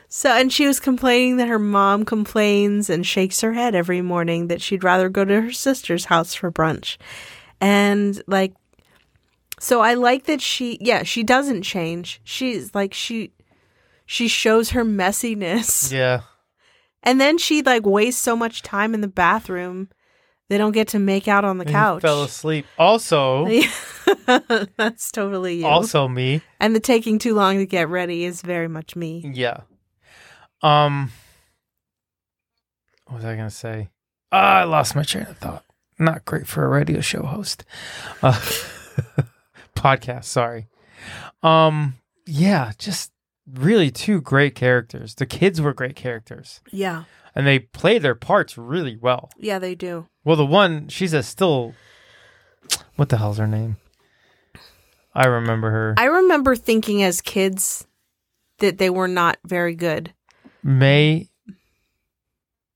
So, and she was complaining that her mom complains and shakes her head every morning that she'd rather go to her sister's house for brunch. And like, so I like that she, yeah, she doesn't change. She's like, she, she shows her messiness. Yeah. And then she like wastes so much time in the bathroom. They don't get to make out on the And he couch. fell asleep. Also, That's totally you. also me. and the taking too long to get ready is very much me. Yeah. Um. What was I gonna say? Ah, I lost my train of thought. Not great for a radio show host. Uh, podcast. Sorry. Um. Yeah. Just really two great characters. The kids were great characters, Yeah. and they play their parts really well. Yeah, they do. Well, the one she's a still. What the hell's her name? I remember her. I remember thinking as kids that they were not very good. May.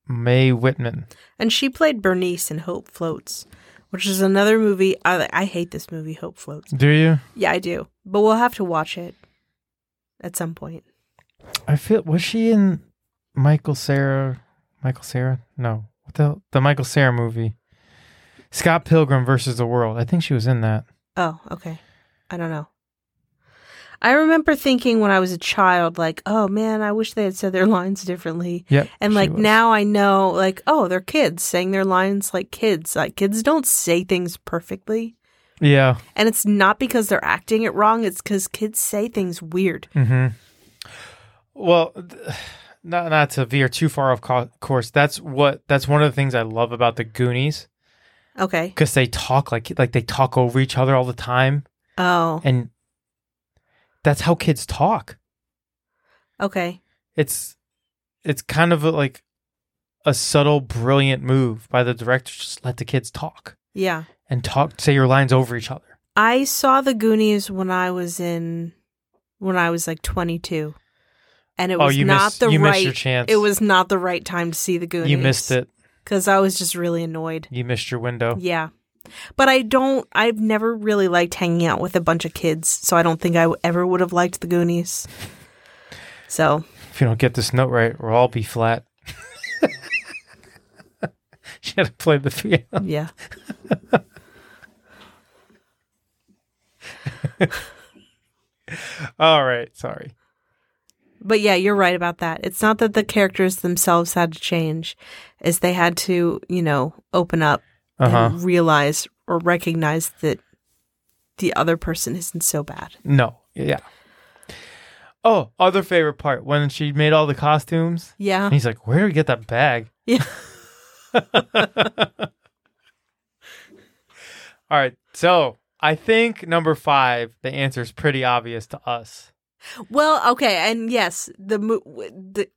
May Whitman. And she played Bernice in Hope Floats, which is another movie. I, I hate this movie, Hope Floats. Do you? Yeah, I do. But we'll have to watch it at some point. I feel was she in Michael Sarah? Michael Sarah? No, what the hell? the Michael Sarah movie? Scott Pilgrim versus the World. I think she was in that. Oh, okay. I don't know. I remember thinking when I was a child, like, oh man, I wish they had said their lines differently. Yep. And she like was. now I know, like, oh, they're kids saying their lines like kids. Like, kids don't say things perfectly. Yeah. And it's not because they're acting it wrong, it's because kids say things weird. hmm Well, th- not not to veer too far off co- course. That's what that's one of the things I love about the Goonies Okay. because they talk like like they talk over each other all the time, Oh, and that's how kids talk. okay. it's it's kind of a, like a subtle brilliant move by the director to just let the kids talk Yeah. and talk say your lines over each other I saw the Goonies when I was in, when I was like 22. And it Oh, was you not missed- the you right. missed your chance. It was not the right time to see the Goonies. you missed it Oh. because I was just really annoyed. you missed your window Yeah, but I don't. I've never really liked hanging out with a bunch of kids, so I don't think I w- ever would have liked the Goonies. So if you don't get this note right we'll all be flat she had to play the piano yeah, all right sorry but yeah, you're right about that. It's not that the characters themselves had to change; is they had to, you know, open up uh-huh and realize or recognize that the other person isn't so bad. no yeah Oh, other favorite part when she made all the costumes. Yeah. And he's like, "Where did we get that bag?" Yeah. All right, so I think number five, the answer is pretty obvious to us. Well, okay, and yes, the mo- the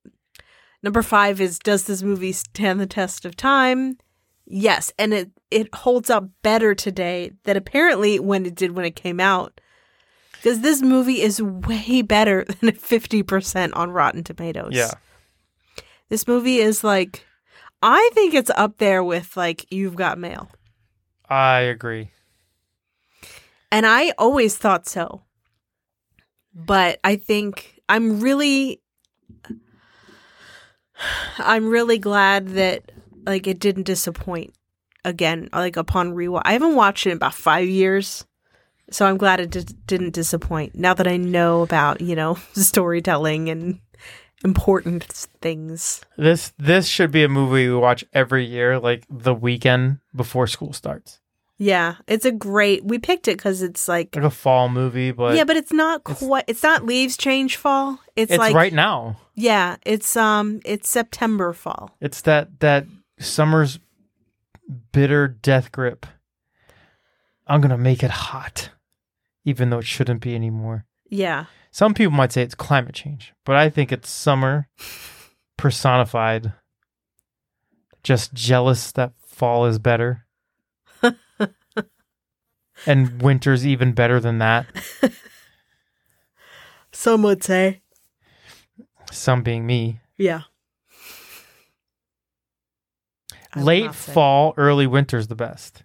number 5 is does this movie stand the test of time? Yes, and it it holds up better today than apparently when it did when it came out. Cuz this movie is way better than 50% on Rotten Tomatoes. Yeah, This movie is like I think it's up there with like You've Got Mail. I agree. And I always thought so. But I think I'm really I'm really glad that like it didn't disappoint again like upon rewatch. I haven't watched it in about 5 years. So I'm glad it di- didn't disappoint. Now that I know about, you know, storytelling and important things. This this should be a movie we watch every year, like the weekend before school starts, Yeah, it's a great. We picked it cuz it's like like a fall movie. But Yeah, but it's not it's- quite it's not leaves change fall. It's, it's like right now. Yeah, it's um it's September fall. It's that that summer's bitter death grip. I'm gonna make it hot, even though it shouldn't be anymore. Yeah. Some people might say it's climate change, but I think it's summer personified. Just jealous that fall is better. and winter's even better than that. Some would say. Some being me. Yeah. I would Late not say. fall, early winter's the best.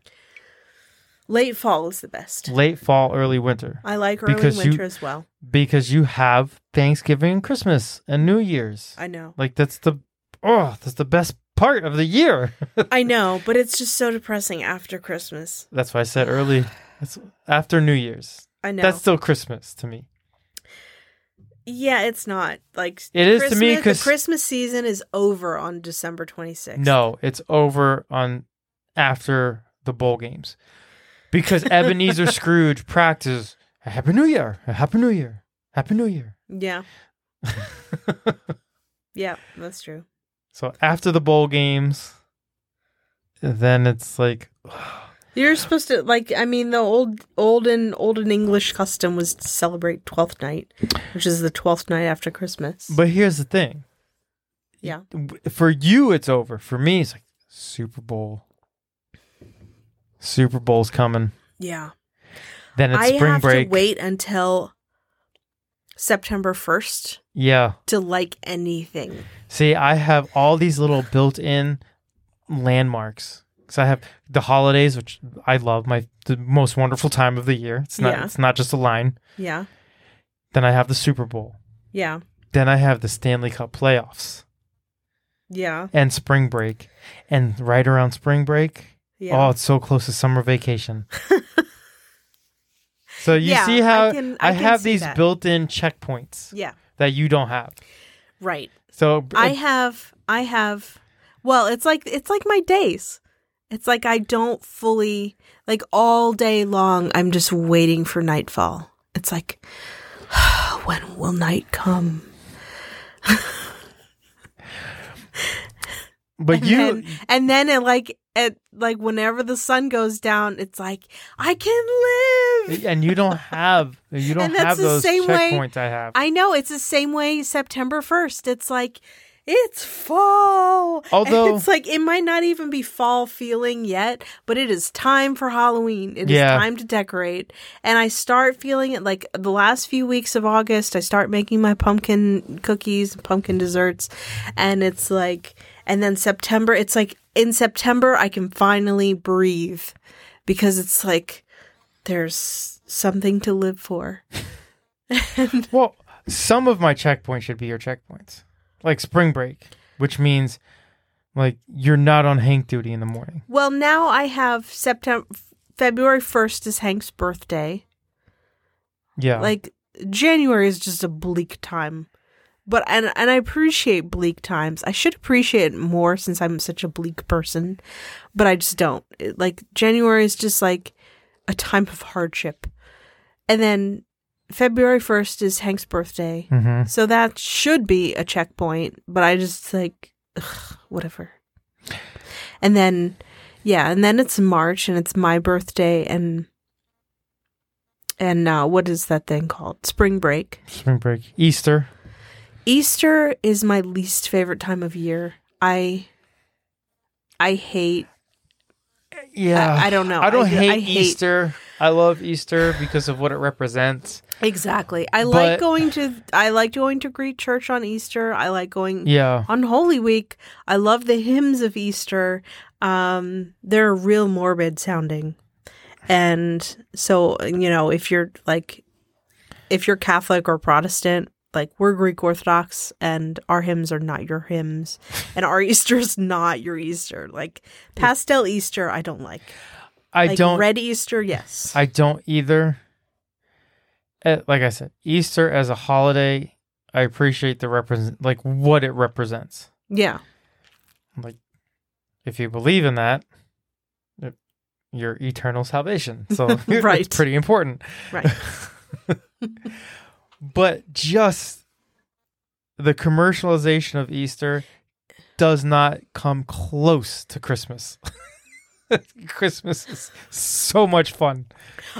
Late fall is the best. Late fall, early winter. I like early Because you- winter as well. Because you have Thanksgiving and Christmas and New Year's. I know. Like that's the oh, that's the best part of the year. I know, but it's just so depressing after Christmas. That's why I said early. That's after New Year's. I know. That's still Christmas to me. yeah, it's not like It is to me Christmas- 'cause- the Christmas season is over on December 26th. No, it's over on after the bowl games because Ebenezer Scrooge practices Happy New Year, Happy New Year, Happy New Year. Yeah. Yeah, that's true. so after the bowl games, then it's like You're supposed to like. I mean, the old, olden, olden English custom was to celebrate Twelfth Night, which is the twelfth night after Christmas. But here's the thing. Yeah. For you, it's over. For me, it's like Super Bowl. Super Bowl's coming. yeah, Then it's I spring have break. to wait until September first Yeah. to like anything. See, I have all these little built-in landmarks. Cause I have the holidays, which I love, my the most wonderful time of the year. It's not. Yeah. It's not just a line. Yeah, Then I have the Super Bowl. yeah, Then I have the Stanley Cup playoffs yeah, and spring break, and right around spring break, yeah. Oh, it's so close to summer vacation. so you Yeah, see how I I, can- I can have see these that. built-in checkpoints yeah. that you don't have. Right. So I have. I have. Well, it's like it's like my days. It's like I don't fully like all day long. I'm just waiting for nightfall. It's like when will night come? but And you then, and then it like at like whenever the sun goes down, it's like I can live. and you don't have you don't And that's have the those same way checkpoints I have. I know it's the same way September first. It's like it's fall. And Although- it's like it might not even be fall feeling yet, but it is time for Halloween. It is Yeah. time to decorate. And I start feeling it like the last few weeks of August, I start making my pumpkin cookies, pumpkin desserts, and it's like and then September, it's like in September I can finally breathe because it's like there's something to live for. well, some of my checkpoints should be your checkpoints, like spring break, which means like you're not on Hank duty in the morning. Well, now I have September, February 1st is Hank's birthday. Yeah, Like January is just a bleak time. But and and I appreciate bleak times. I should appreciate it more since I'm such a bleak person, but I just don't. It- like January is just like a time of hardship. And then February 1st is Hank's birthday. Mm-hmm. So that should be a checkpoint, but I just like ugh, whatever. And then yeah, and then it's March and it's my birthday and and uh, what is that thing called? Spring break. Spring break, Easter. Easter is my least favorite time of year. I I hate Yeah, I, I don't know. I don't ju- hate, Easter. I love Easter because of what it represents. Exactly. I But- like going to I like going to Greek church on Easter. I like going Yeah, on Holy Week. I love the hymns of Easter. Um they're real morbid sounding. And so, you know, if you're like if you're Catholic or Protestant, like we're Greek Orthodox and our hymns are not your hymns and our Easter's not your Easter. Like pastel Easter I don't like. I Like don't. red Easter, yes. I don't either. Eh, Like I said, Easter as a holiday, I appreciate the represent like what it represents. yeah. Like, if you believe in that, it- your eternal salvation. So Right. it's pretty important. Right. But just the commercialization of Easter does not come close to Christmas. Christmas is so much fun.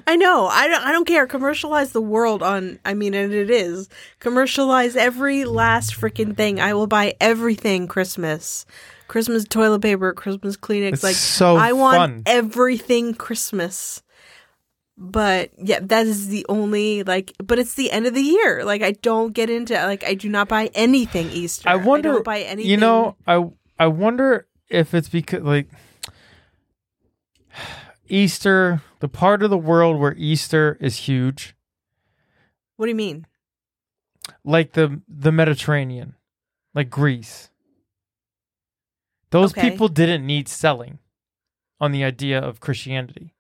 I know. I don't, I don't care. Commercialize the world on, I mean, and it is. Commercialize every last freaking thing. I will buy everything Christmas. Christmas toilet paper, Christmas Kleenex. It's like, so I want fun. everything Christmas. But yeah, that is the only, like, but it's the end of the year. Like, I don't get into, like, I do not buy anything Easter. I wonder- don't buy anything. You know, I I wonder if it's because like Easter, the part of the world where Easter is huge, what do you mean? like the the Mediterranean, like Greece. Those Okay. people didn't need selling on the idea of Christianity.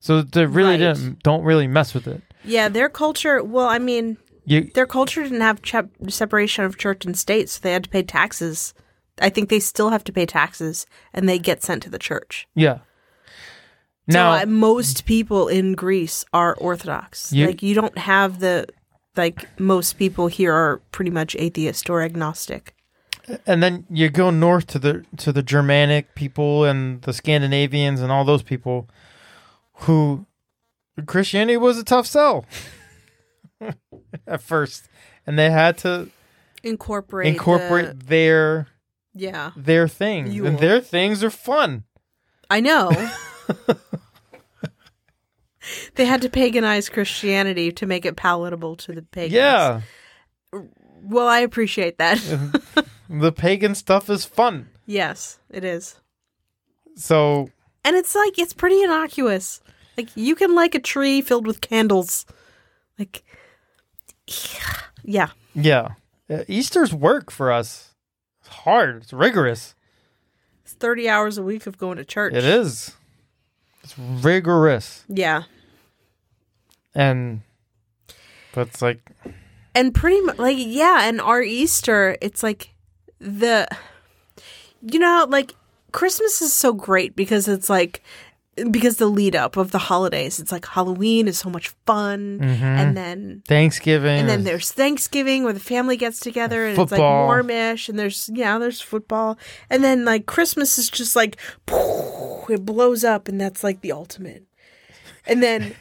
So they really Right. didn't don't really mess with it. Yeah, their culture, well, I mean, You their culture didn't have chap separation of church and state, so they had to pay taxes. I think they still have to pay taxes, and they get sent to the church. yeah. Now, Now most people in Greece are Orthodox. You- like you don't have the like most people here are pretty much atheist or agnostic. and then you go north to the to the Germanic people and the Scandinavians and all those people who Christianity was a tough sell at first, and they had to Incorporate incorporate their yeah, their things, Yule. and their things are fun. I know. they had to paganize Christianity to make it palatable to the pagans. Yeah, Well, I appreciate that. the pagan stuff is fun. yes, it is. So And it's like it's pretty innocuous. Like you can like a tree filled with candles. Like yeah. yeah, Uh, Easter's work for us. It's hard. It's rigorous. It's 30 hours a week of going to church. It is. It's rigorous. Yeah. and but it's like And pretty much like yeah, and our Easter, it's like the you know how, like Christmas is so great because it's like because the lead up of the holidays, it's like Halloween is so much fun Mm-hmm. and then Thanksgiving, and then is- there's Thanksgiving where the family gets together and Football. it's like warmish and there's yeah there's football and then like Christmas is just like it blows up and that's like the ultimate and then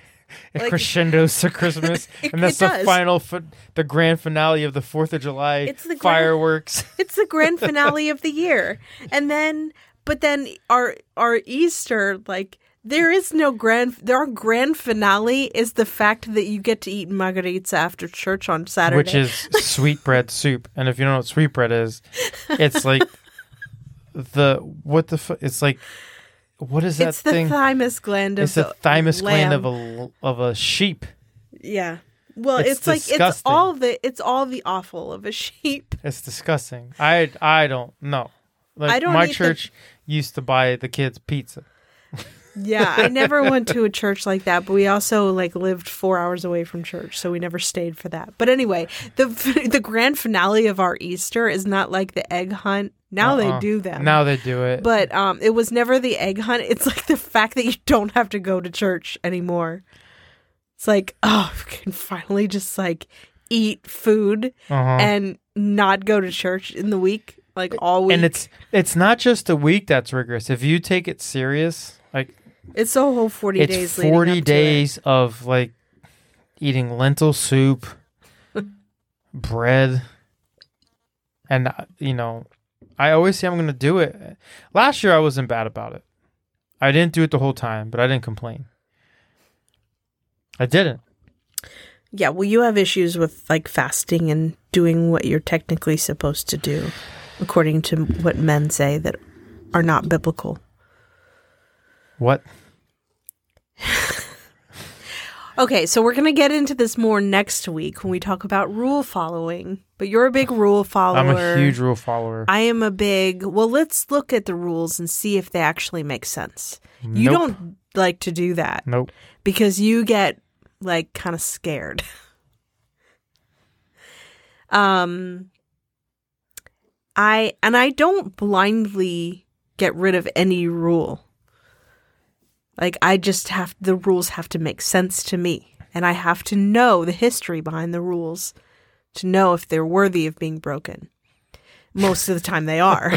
it like- crescendos to Christmas, It- and that's it the does. final, fi- the grand finale of the Fourth of July It's the grand- fireworks. it's the grand finale of the year and then but then our our Easter like there is no grand our grand finale is the fact that you get to eat margaritas after church on Saturday Which is sweetbread soup, and if you don't know what sweetbread is, it's like the what the fu- it's like what is that it's the thing? thymus gland of it's the thymus gland of lamb. a l- of a sheep. Yeah. Well, It's it's, like it's disgusting. all the it's all the offal of a sheep. It's disgusting. I I don't know. Like I don't my eat the- church used to buy the kids pizza. Yeah, I never went to a church like that, but we also like lived 4 hours away from church, so we never stayed for that. But anyway, the f- the grand finale of our Easter is not like the egg hunt. Now Uh-uh. they do that. Now they do it. but um it was never the egg hunt. It's like the fact that you don't have to go to church anymore. It's like, oh, I can finally just like eat food Uh-huh. and not go to church in the week, like all week. And it's it's not just a week that's rigorous. If you take it serious, like it's a whole forty it's days. leading up forty to it. days of like eating lentil soup, bread, and uh, you know, I always say I'm going to do it. Last year I wasn't bad about it. I didn't do it the whole time, but I didn't complain. I didn't. Yeah, well, you have issues with like fasting and doing what you're technically supposed to do, according to what men say that are not biblical. What? Okay, so we're going to get into this more next week when we talk about rule following. But you're a big rule follower. I'm a huge rule follower. I am a big. Well, let's look at the rules and see if they actually make sense. You Nope. don't like to do that Nope. because you get like kind of scared. um I and I don't blindly get rid of any rule. Like I just have the rules have to make sense to me and I have to know the history behind the rules to know if they're worthy of being broken. Most of the time they are.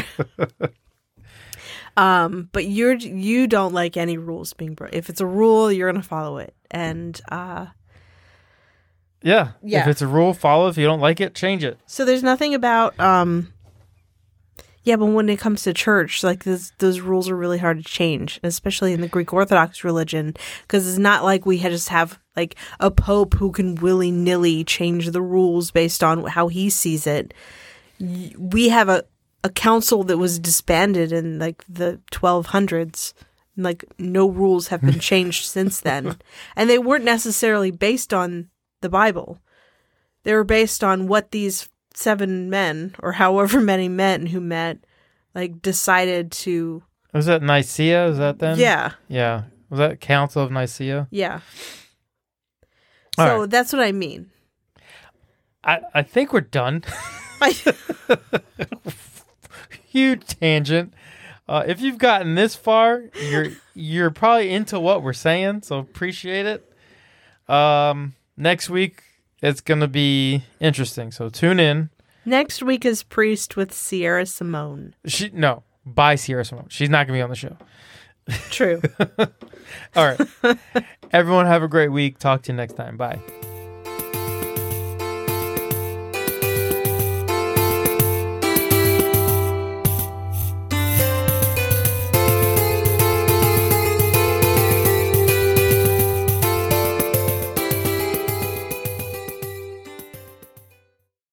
Um, but you're you don't like any rules being broken. If it's a rule, you're gonna follow it. And uh, Yeah. If Yeah. it's a rule, follow. If you don't like it, change it. so there's nothing about um, yeah. But when it comes to church, like those those rules are really hard to change, especially in the Greek Orthodox religion, because it's not like we had just have like a pope who can willy nilly change the rules based on how he sees it. Y- We have a a council that was disbanded in like the 1200s and like no rules have been changed since then and they weren't necessarily based on the bible they were based on what these seven men or however many men who met like decided to Was that Nicaea? Is that then? yeah Yeah. Was that Council of Nicaea? yeah All so right. that's what i mean I, I think we're done. Huge tangent. Uh, if you've gotten this far, you're you're probably into what we're saying, so appreciate it. Um, next week it's gonna be interesting, so tune in. next week is priest with sierra simone She no, by Sierra Simone. She's not gonna be on the show. true All right, everyone, have a great week. Talk to you next time. Bye.